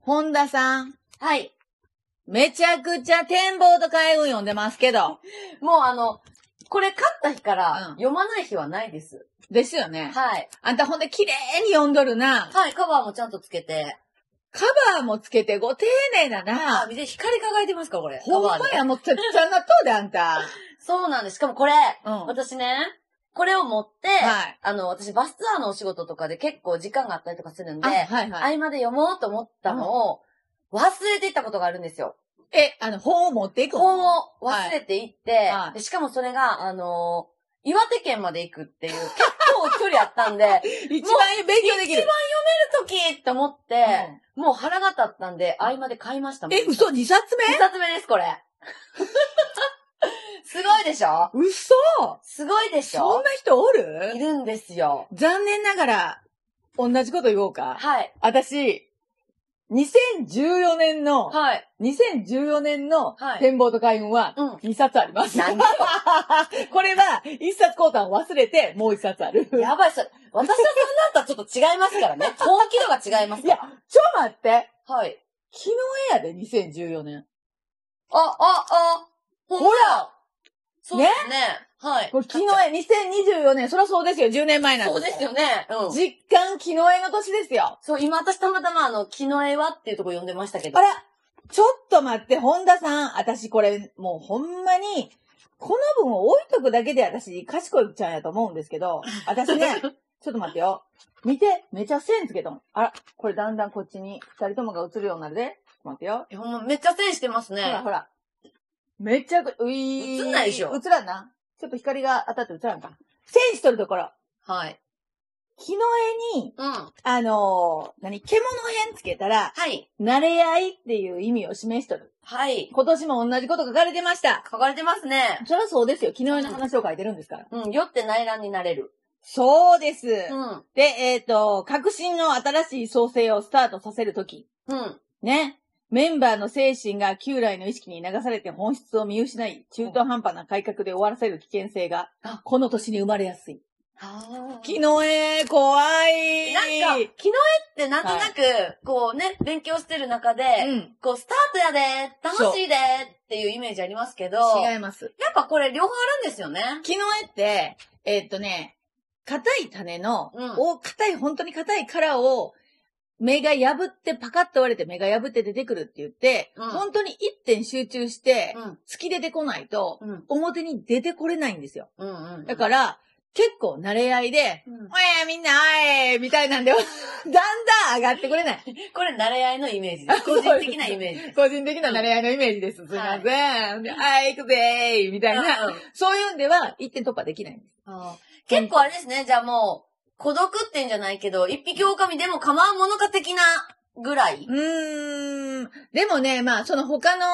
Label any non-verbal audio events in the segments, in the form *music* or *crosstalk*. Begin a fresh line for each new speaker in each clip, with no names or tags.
本田さん、
はい。
めちゃくちゃ展望と開運読んでますけど。
もうあの、これ勝った日から
うん
読まない日はないです。
*laughs* ですよね。
はい。
あんたほんで綺麗に読んどるな。
はい、カバーもちゃんとつけて。
カバーもつけてご丁寧だ
あ、
な。
見て、光り輝いてますか、これ。
ほん
カバ
ま
ーで
や、もうちゃっちゃなとうであんた。
そうなんです。しかもこれ、
うん。
私ね、これを持って、
はい
あの、私バスツアーのお仕事とかで結構時間があったりとかするんで、
あ、はいはい。
合間で読もうと思ったのを、忘れていったことがあるんですよ。
え、あの、本を持っていく
本
を。
を忘れていって、
はい
でしかもそれが、あのー岩手県まで行くっていう、結構距離あった
*laughs*
んで、行
一番勉強できる。
く時と思って、もう腹が立ったんで、合間で買いましたもん。
え、嘘 ?2 冊目
?2 冊目です、これ。 *laughs* すごいでしょ
嘘
すごいでし
そん
ょ
な人お
い
る
るんですよ。
残念ながら、同じこと言おうか。
はい。
私、2014年の、
はい。
2014年の
はい
展望と開運は
うん。
2冊あります。
な
*laughs*
ん
これは1冊交換を忘れてもう1冊ある。いや、
やばい、それ。私はそれだったらちょっと違いますか
*laughs*
らね。本気度が違いますから。
ちょ待って。
はい。
昨日やで、2014年。
あ、あ、あ、ほ
ほ
らそうですね。はい。
これ昨日や、2024年。そりゃそうですよ、10年前なん
そうですよね。うん。
実感、昨日への年ですよ。
そう、今私たまたまあの、木の絵はっていうとこ呼んでましたけど。
あら、ちょっと待って、本田さん。私これ、もうほんまに、この分を置いとくだけで私、賢いちゃんやと思うんですけど、私 *laughs*
*laughs*
ね、ちょっと待ってよ。見て、めちゃ線つけとん。あら、これだんだんこっちに二人ともが映るようになるで。ちょっと待ってよ。
ほんま、めっちゃ線してますね。
ほらほら。めっちゃく、うい
映んないでしょ
映らんな。ちょっと光が当たって映らんか。線しとるところ。
はい。
木の絵に、
うん。は
あのー何、獣編つけたら、
い。
慣れ合いっていう意味を示しとる。
はい。
今年も同じこと書かれてました。
書かれてますね。
そりゃそうですよ。昨日の話を書いてるんですから。
うん。酔って内乱になれる。
そうです。
うん。
で、えっ、と、革新の新しい創生をスタートさせるとき、
うん。
ね。メンバーの精神が旧来の意識に流されて本質を見失い、中途半端な改革で終わらせる危険性が
あ、
この年に生まれやすい。
は
昨日え、怖い。
なんか、木の絵ってなんとなく、こうね、勉強してる中で、
うん。
こう、スタートやで楽しいでっていうイメージありますけど、
違
やっ
います。
ぱこれ両方あるんですよね。
昨日絵って、えっとね、硬い種の、
うん
を、硬い、本当に硬い殻を、目が破って、パカッと割れて目が破って出てくるって言って、
うん
本当に一点集中して、
うん。
突き出てこないと、
うん。
表に出てこれないんですよ。
うん。うん。
だから、結構慣れ合いで、
うん
おやみんな、おいみたいなんで、 *laughs* だんだん上がってくれない。
これ、慣れ合いのイメージです。個人的なイメージです。
個人的な慣れ合いのイメージです。すいません。ではい、行くぜーみたいな。
うんうん
そういうんでは、一点突破できないんです。
あー結構あれですね、じゃあもう、孤独ってんじゃないけど、一匹狼でも構わんものか的なぐらい。
うーん。でもね、まあ、その他の、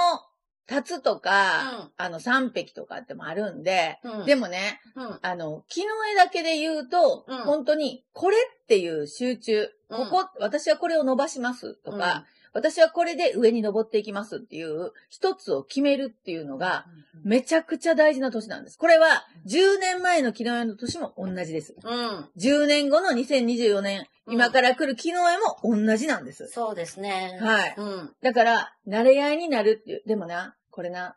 タツとか、
うん
あの、三匹とかってもあるんで、
うん。
でもね、
うん。
あの、木の絵だけで言うと、
うん
本当に、これっていう集中、
うん
ここ、私はこれを伸ばしますとか、私はこれで上に登っていきますっていう、一つを決めるっていうのが、
うん、
めちゃくちゃ大事な年なんです。これは、10年前の木の絵の年も同じです。
うん。
10年後の2024年、
うん
今から来る木の絵も同じなんです。
そうですね。
はい。
うん。
だから、慣れ合いになるっていう。でもな、これな、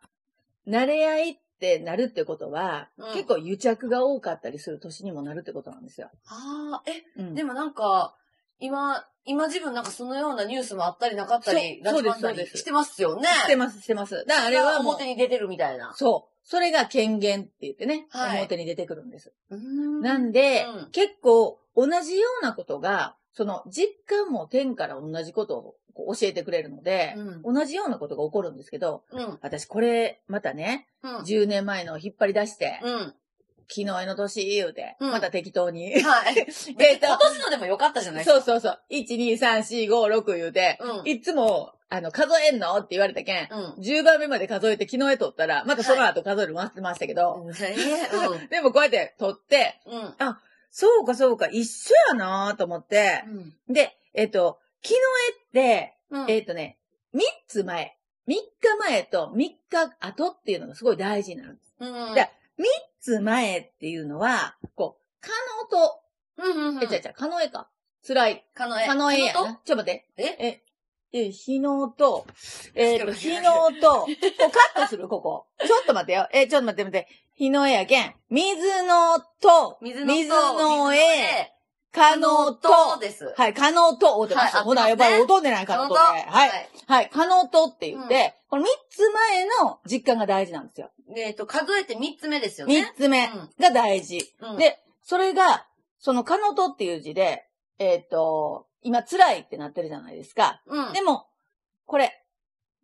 慣れ合いってなるってことは、
うん
結構癒着が多かったりする年にもなるってことなんですよ。
ああ、え、
うん
でもなんか、今、今自分なんかそのようなニュースもあったりなかったり、
そう
ラジバ
そ
ン
うですそうです
してますよね。
してます、してます。だからあ
あ
れ
れは
はもう
表、に出てるみたいな。
そう。それが権限って言ってね、
はい
表に出てくるんです。
な
なんで、
うん
結構同じようなことが、その実感も天から同じことをこう教えてくれるので、
うん。
同じようなことが起こるんですけど、
うん。
私これまたね、
うん。
10年前のを引っ張り出して、 *laughs*
うん。
昨日の年言うて、
うん
また適当
*laughs*
に。
はい。え
えっ
*laughs*
と
落とすのでもよかったじゃないです
そうそうそう。1、2、3、4、5、6言うて、
か。うん。
いつも、あの、数えんのって言われたけん、
うん。
10番目まで数えて昨日へ取ったら、またその後数えるの待ってましたけど、
え
でもこうやって取って、
うん。うん。
そうかそうか、一緒やなと思って、
うん
で、えっと、昨日へって、
うん
えっとね、3つ前、3日前と3日後っていうのがすごい大事なの。3
うん
でつ前っていうのは、こう、可能と、
うんうんうん
え、ちゃちゃ、可能へか。辛い。
カノエ。
可能へや
カノ
な。ちょ、待って。
え
え、え、日野と、えー、と、
ちょ
日
っと待っ
野
て
と、ここカットする、ここ。ちょっと待ってよ。えー、ちょっと待って待って。日野やけん。水野と、
水のと、
水野へ、
可
可
能
能
と
と、、
です。
はい、可能と、おってました。
はい
ほ
合
な、
って
やっ
ま
ぱ
すね
り音出ないか
可
ん
能
こととで。はい。
はい
はい、可能とって言って、この3つ前の実感が大事なんですよ。
えっと、数えて3つ目ですよ
3
ね。
つ目が大事。
うんうん。
で、それが、その、かのとっていう字で、えっ、と、今、辛いってなってるじゃないですか。
うん。
でも、これ、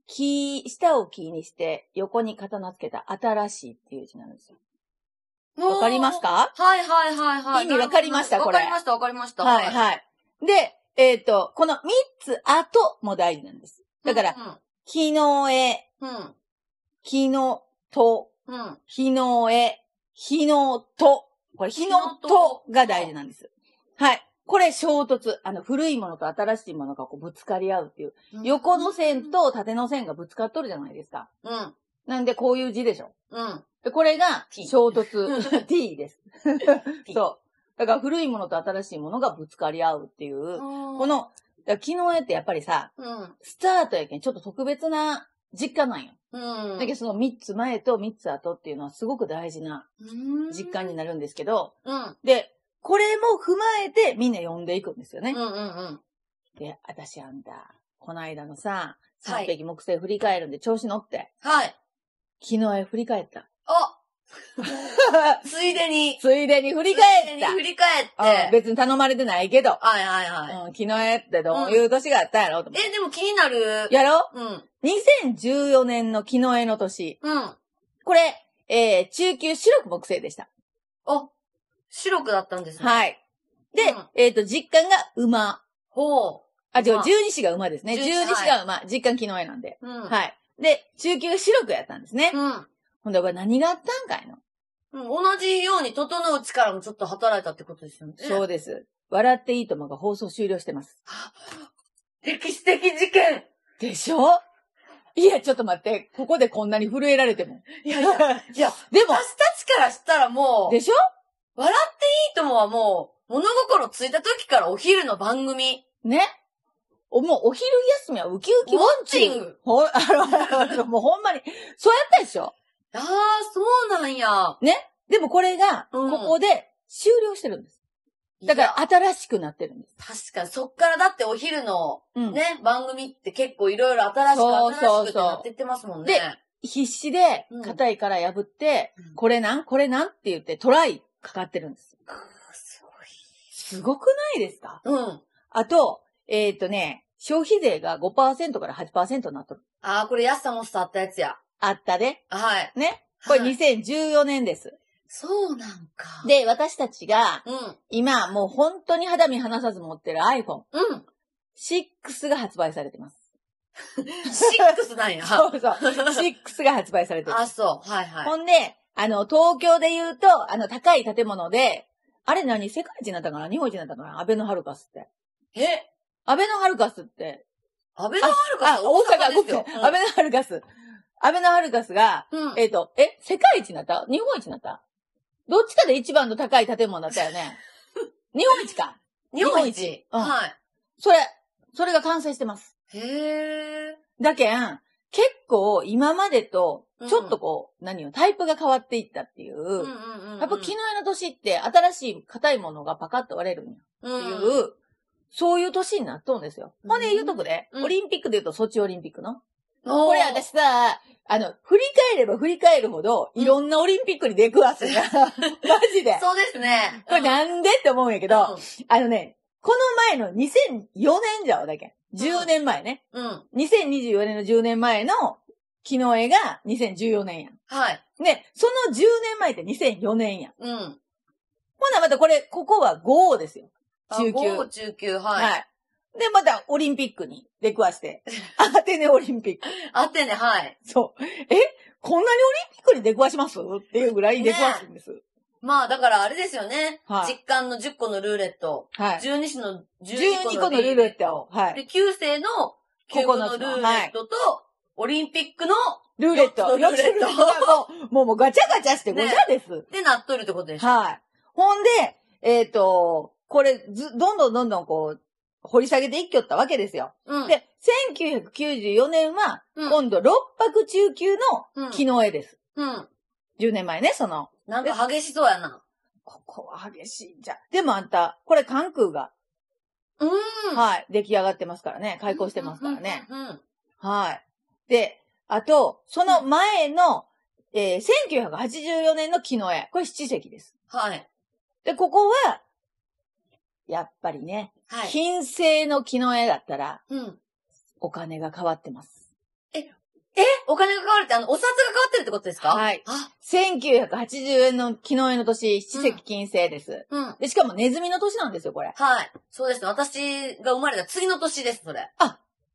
木、下を木にして、横に刀つけた新しいっていう字なんですよ。わかりますか
はいはいはいはい。
意味わかりましたこれ
わかりましたわかりました。
はい、はい。で、えっ、と、この3つ後も大事なんです。だから、木の絵、
うん、うん。
木のと、
うん。うん。
日の絵、日のと。これ、日のとが大事なんです。はい。これ衝突。あの、古いものと新しいものがこうぶつかり合うっていう。横の線と縦の線がぶつかっとるじゃないですか。
うん。
なんで、こういう字でしょ。
うん。
で、これが
T
衝
*laughs*
突。T です。そう。だから古いものと新しいものがぶつかり合うっていう。こ
こ、
の、だから木の絵ってやっぱりさ、
うん。
スタートやけん、ちょっと特別な実家なんよ。
うん。
だけどその3つ前と3つ後っていうのはすごく大事な
うん
実感になるんですけど、
うん。
で、これも踏まえてみんな呼んでいくんですよ
う
ね
ん。うん
で、私あんた、この間のさ、
は
三
い
匹木星振り返るんで調子乗って、
はい。
昨日へ振り返
*laughs*
った。
あついでに。
ついでに振
振
り返っ。
振り返った
うん
て。
別に頼まれてないけど、
はいはいはい。
うん、昨日へってどういう年があったんやろうと思って。
え、でも気になる。
やろ
うん。
う ?2014 年の昨日への年。
うん。
これ、えー、中級白く木星でした。
あ、白くだったんですね。い。
はい。で、
うん
えっ、と、実感が馬。
ほ
あ、違う、
馬
十二支が馬ですね。
十
十
二
二支が馬。実感昨日へなんで。
う。うん。い。
はい。で、中級白くやったんですね。
うん。
ほんで、これ何があったんかいの、
うん同じように整う力もちょっと働いたってことですよね。
そうです。笑っていいともが放送終了してます。
歴史的事件
でしょいや、ちょっと待って。ここでこんなに震えられても。
い *laughs* やいや、いや、
で
*laughs*
も、
私たちからしたらもう、い
でしょ
いともはもう、物心ついた時からお昼の番組。
ねおもうお昼休みはウキウ
ウ
キ
ォ
ウォ
ッ
ッチ
チ
ン
ン
グ。
グ
*laughs* ほ、あの、あのもうほんまに、そうやったでしょ
ああ、そうなんや。
でもこれが、
うん
ここで終了してるんです。だか
いや
ら、新しくなってるんです。
確かに、そっからだってお昼の
うん。
ね、番組って結構いろいろ新しく
そう
新し
そうそう
くってなってってますもんね。
で必死で
うん、
硬いから破って、
うん
これなんこれなんって言ってトライかかってるんです。
くーす
すごくないですか
ごい。うん。
あと、えっ、とね、消費税が5%から8%になっとる。
ああ、これ安さもさあったやつや。
あったで。
はい。
ね。これ
はい
2014年です。
そうなんか。、
で、私たちが、
うん。
今、もう本当に肌身離さず持ってる iPhone
うん。
6が発売されてます。
シックスなんや。
そう *laughs* そう。6が発売されてる。
あ、そう。はいはい。
ほんで、あの、東京で言うと、あの、高い建物で、あれ何世界一になったかな日本一になったかな安倍のハルカスって。
え、
安倍のハルカスって。
安倍のハルカ
あ、
ス
大阪、ごめ
です
ん。
よ
安。倍のハルカス。安倍のハルカスが、
うん。うん
えっ、と、え、世界一になった日本一になったどっちかで一番の高い建物だったよ
*laughs*
ね。日本一か。
日本一。
うん
は
それ、それが完成してます。
い。へえ。
だけん、結構今までと、ちょっとこう、何よ、タイプが変わっていったっていう。
うんうんうんうん。
やっぱ昨日の年って新しい硬いものがパカッと割れるんや
う
ってい
ん。
う、そういう年になっとんですよ。ほんで言うとくで、
うん
オリンピックで言うとソチオリンピックの。
こ
これ私。さ、あの、振り返れば振り返るほど、いろんなオリンピックに出くわすんや。 *laughs* マジで。
そうですね。
これ
ん
なんでって思うんやけど、あのね、この前の2004年じゃわだけ。10年前ね。
うん。うん。
2024年の10年前の昨日絵が2014年やん。
はい。
ね、その10年前って2004年やん。
うん。
ほなまたこれ、ここは5ですよ。中級。
5中級、
は
はい。
い。で、またオリンピックに出くわして。 *laughs* アテネオリンピック。
アテネ、はい。
そう。えこんなにオリンピックに出くわしますっていうぐらい出くわすんです。
まあ、だからあれですよね。
はい
実感の10個のルーレット。
はい。
12種の
12個
12個
の
の
ルーレットを。はい。
で、9世の9個の
9
ル
つ
ー
の
レ
は
ッ
い
トと、オリンピックのっ
ルーレット。
四つのルーレット
四つのルーレットがもう、もうもうガチャガチャしてごちゃです。
てなっとるってことでしょ。
はい。ほんで、えっ、と、これず、どんどんどんどんこう、掘り下げていきよったわけですよ。
うん。
で、1994年は、
うん
今度、6泊中級の
うん、
木の絵です。
うん。
10年前ね、その。
なんか激しそうやな。
ここは激しいんじゃん。でもあんた、これ関空が、
うん。
はい、出来上がってますからね。開校してますからね。
うん。うん。
はい。で、あと、その前の、えー1984年の木の絵。これ七石です。
はい。
で、ここは、やっぱりね、
はい。
金星の木の絵だったら、
うん。
お金が変わってます。
えお金が変わるって、あの、お札が変わってるってことですか
はい。
あ、
1980円の木の絵の年、七石金星です。
うん。
で、しかもネズミの年なんですよ、これ。
はい。そうですね。私が生まれた次の年です、それ。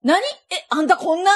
何え、あんたこんな、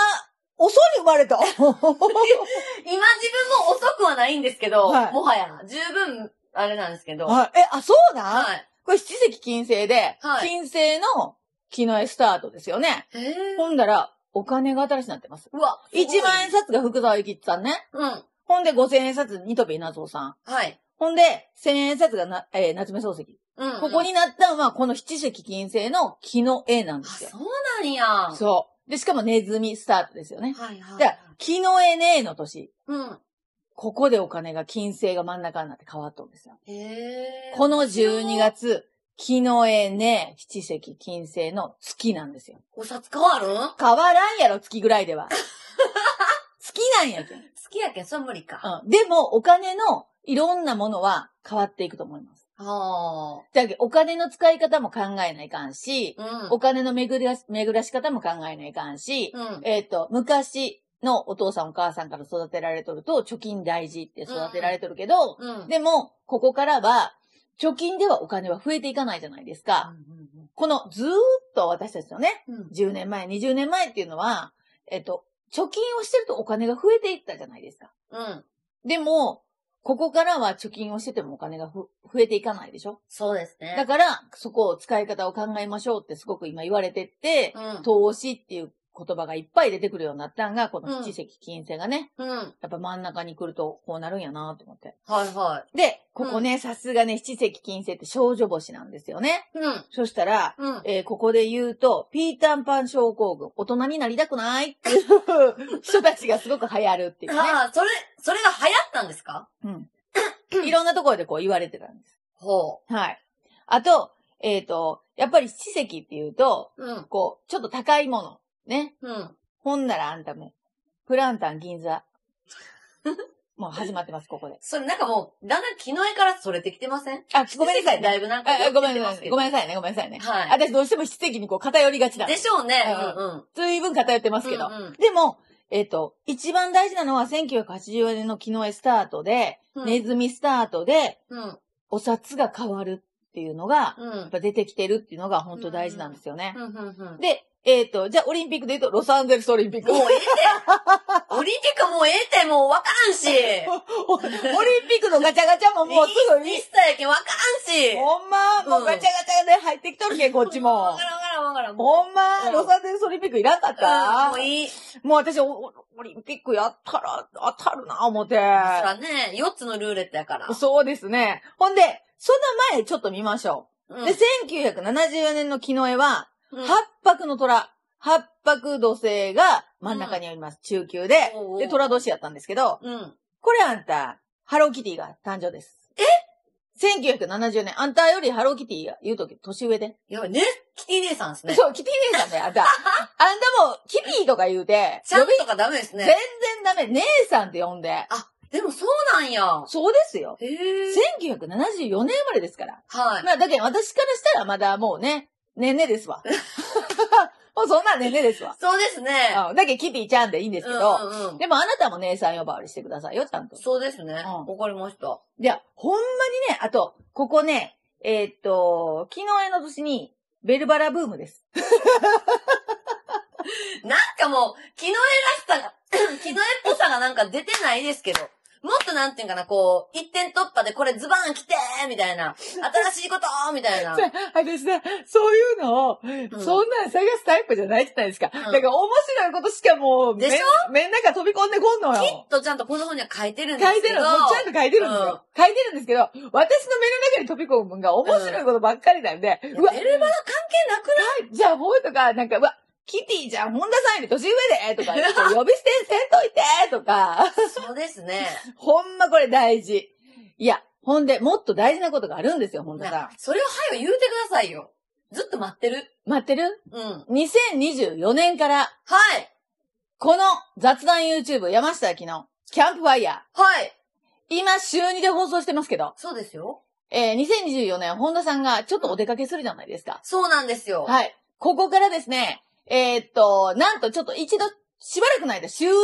遅いに生まれた
*laughs*
は
今自分も遅くはないんですけど、
はい
もはや、十分、あれなんですけど。はい。
いえ、あ、そうなん、
はい、
これ七石金星で、
はい
金星の木の絵スタートですよね。
へえ。
ほんだら、お金が新しくなってます。
うわ。
1万円札が福沢諭吉さんね。
うん。
ほんで5000円札、ニトビナゾウさん。
はい。
ほんで、1000円札がな、えー夏目漱石。
うん。
ここ。になったのは、この七石金星の木の絵なん
あ、
ですよ。
そうなんや。は
そう。で、しかもネズミスタートですよね。
いはい。
じゃあ、木の絵ねえの年。
うん。
ここでお金が金星が真ん中になって変わったんですよ。
へえ。
この12。月、木の絵ね、七石金星の月なんですよ。
お札変わるん好
変わらんやろ、月ぐらいで
*laughs*
は。月なんやけん。
きやけん、それ無理か。
うん。でも、お金のいろんなものは変わっていくと思います。
は
だけどお金の使い方も考えないかんし、
あ。うん。
お金の巡らし、巡らし方も考えないかんし、
うん。
えっ、と、昔のお父さんお母さんから育てられとると、貯金大事って育てられとるけど、
うん。
でも、ここからは、貯金ではお金は増えていかないじゃないです
う
か。
んうん
このずーっと私たちのね、
うん。うん。
10年前、20年前っていうのは、えっ、と、貯金をしてるとお金が増えていったじゃないですか。
うん。
でも、ここからは貯金をしててもお金がふ増えていかないでしょ
そうですね。
だから、そこを使い方を考えましょうってすごく今言われてって、
うん。
投資っていう言葉がいっぱい出てくるようになったんが、この七石金星がね、
うん。はい
やっぱ真ん中に来るとこうなるんやなと思って。
は
で、ここね、さすがね、七石金星って少女星なんですよね。
い。うん。
そしたら、
うん。
えーここで言うと、ピータンパン症候群、大人になりたくないっていう *laughs* 人たちがすごく流行るっていうね。
ああ、それ、それが流行ったんですか
うん。いろんなところでこう言われてたんです。
ほ
はい。あと、えっ、と、やっぱり七石って言うと、
う。うん。
こう、ちょっと高いもの。ね。
うん。
ほんならあんたも、プランタン銀 *laughs* 座。もう始まってます、ここで。
それなんかもう、だんだん昨日からそれてきてません
あ、ごめんなさい、
だいぶなんか
ああごめんな
な
さい。ごめんなさいね、ごめんなさいね。
はい
私どうしても七石にこう偏りがちなん
で
です。
しょうね。
う
うんうん。
随分偏ってますけど。
うんうん
でも、えっ、と、一番大事なのは1984年の木の絵スタートで、
うん
ネズミスタートで、
うん。
お札が変わるっていうのが、
うん。
やっぱ出てきてるっていうのが本当大事なんですよね。
うんうんうん。
で、えっ、と、じゃあオリンピックで言うと、ロサンゼルスオリンピック。
もうええって。オリンピックはもうええって、もうわか
*laughs*
らんし。
おオリンピックのガチャガチャももうすぐに
ミ、スターやけんわからんし。
ほんま、もううんガチャガチャで入ってきとるけん、こっちも
わか。らんわからんわからん。う。
ほんま、
うん
ロサンゼルスオリンピックいらんかっ
うん
た
もういい。
もう私、おおオリンピックやったら当たるな、思って。
そらね、4つのルーレットやから。
そうですね。ほんで、その前ちょっと見ましょ
う
う。
ん
で、1974年の木の絵は、
うん
八白の虎、八白土星が真ん中にあります。中級で
おうお。う
で、虎年やったんですけど、
うん。
これあんた、ハローキティが誕生です。え ?1970 年、あんたよりハローキティが言うとき年上で。
やばいね、キティ姉さんですね。
そう、キティ姉さんだよ、
*laughs*
あんた。あんたもう、キティとか言うて、
ちゃんとかダメです
全
ね
然。ダメ、姉さんって呼んで。
でもそうなんや。
そうですよ。
へえ。
1974年生まれですから。
はい。
*laughs* まあ、だけど私からしたらまだもうね、ねんねですわ。 *laughs* もうそんなんねんねです *laughs* わ。
そうですね。
うんだけどキティちゃんでいいんですけど、
うんうんうん
でもあなたも姉さん呼ばわりしてくださいよ、ちゃんと。
そうですね。わ、
う
かりました。
いや、ほんまにね、あと、ここね、えーっと、昨日の年に、ベルバラブームです。
*clears throat* なんかもう、気の絵らしさが、気の絵っぽさがなんか出てないですけど。もっとなんていうんかな、こう、一点突破でこれズバン来てみたいな。新しいことみたいな。
私さ、そういうのを、
うん
そんなん探すタイプじゃないじゃないですか。
ん
だから面白いことしかもう、
でし
ょ目ん中飛び込んでこんの
きっ
よ。
とちゃんとこの本には書いてるんで
書
す
い
けど。
てるの、もうちゃんと書いてるんですよ。書いてるんですけど、私の目の中に飛び込む分が面白いことばっかりなんで、う
いや
わ、
テレバラ関係なくない
じゃあ、ボーイとか、なんか、うわ、キティじゃん、本田さんより年上で、とか、
*laughs*
呼び捨てせんといて、とか、
そうですね。
ほんまこれ大事。いや、ほんで、もっと大事なことがあるんですよ、本田さ
それを早く言うてくださいよ。ずっと待ってる。
ん。待ってる
うん。はい。
?2024 年から、この雑談 YouTube 山下明のキャンプファイヤー。
はい。
今週2で放送してますけど、
そうですよ。
えー、2024年本田さんがちょっとお出かけするじゃないですか。
そうなんですよ。
はい。ここからですね、えーっと、なんとちょっと一度、しばらくの間、週1で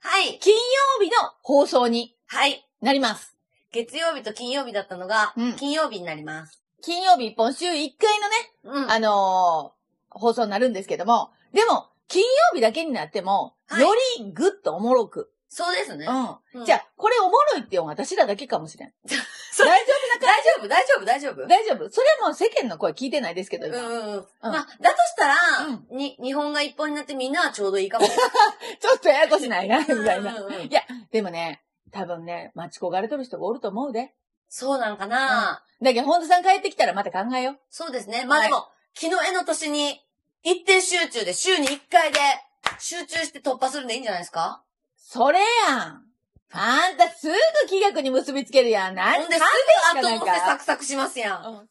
はい。
金曜日の放送に
はい。
なります。
月曜日と金曜日だったのが、
うん
金曜日になります。
金曜日一本週1回のね、
うん。
あのー放送になるんですけども、でも、金曜日だけになっても、
はい
よりぐっとおもろく。
そうですね。
う。
うんん
じゃあ、これおもろいって言うのは私らだけかもしれん。
*laughs* そ
大
れ
丈
大丈夫、大丈夫、大丈夫。
夫大丈夫それはもう世間の声聞いてないですけど、
うん
今
うんうん。
うん
まあ、だとしたら、
うん
に、日本が一本になってみんなはちょうどいいかもしれ
ちょっとややこしないな、み
ない。
たいな。
うんうんうん
でもね、多分ね、待ち焦がれとる人がおると思うで。
そうなんかな、
だけど、本田さん帰ってきたらまた考えよう。
そうですね。まあでも、昨日への年に、一点集中で、週に一回で、集中して突破するんでいいんじゃないですか
それやんあんたすぐ気学に結びつけるやん。なん
ほんで、す
か
ぐ後もってサクサクしますやん。
うん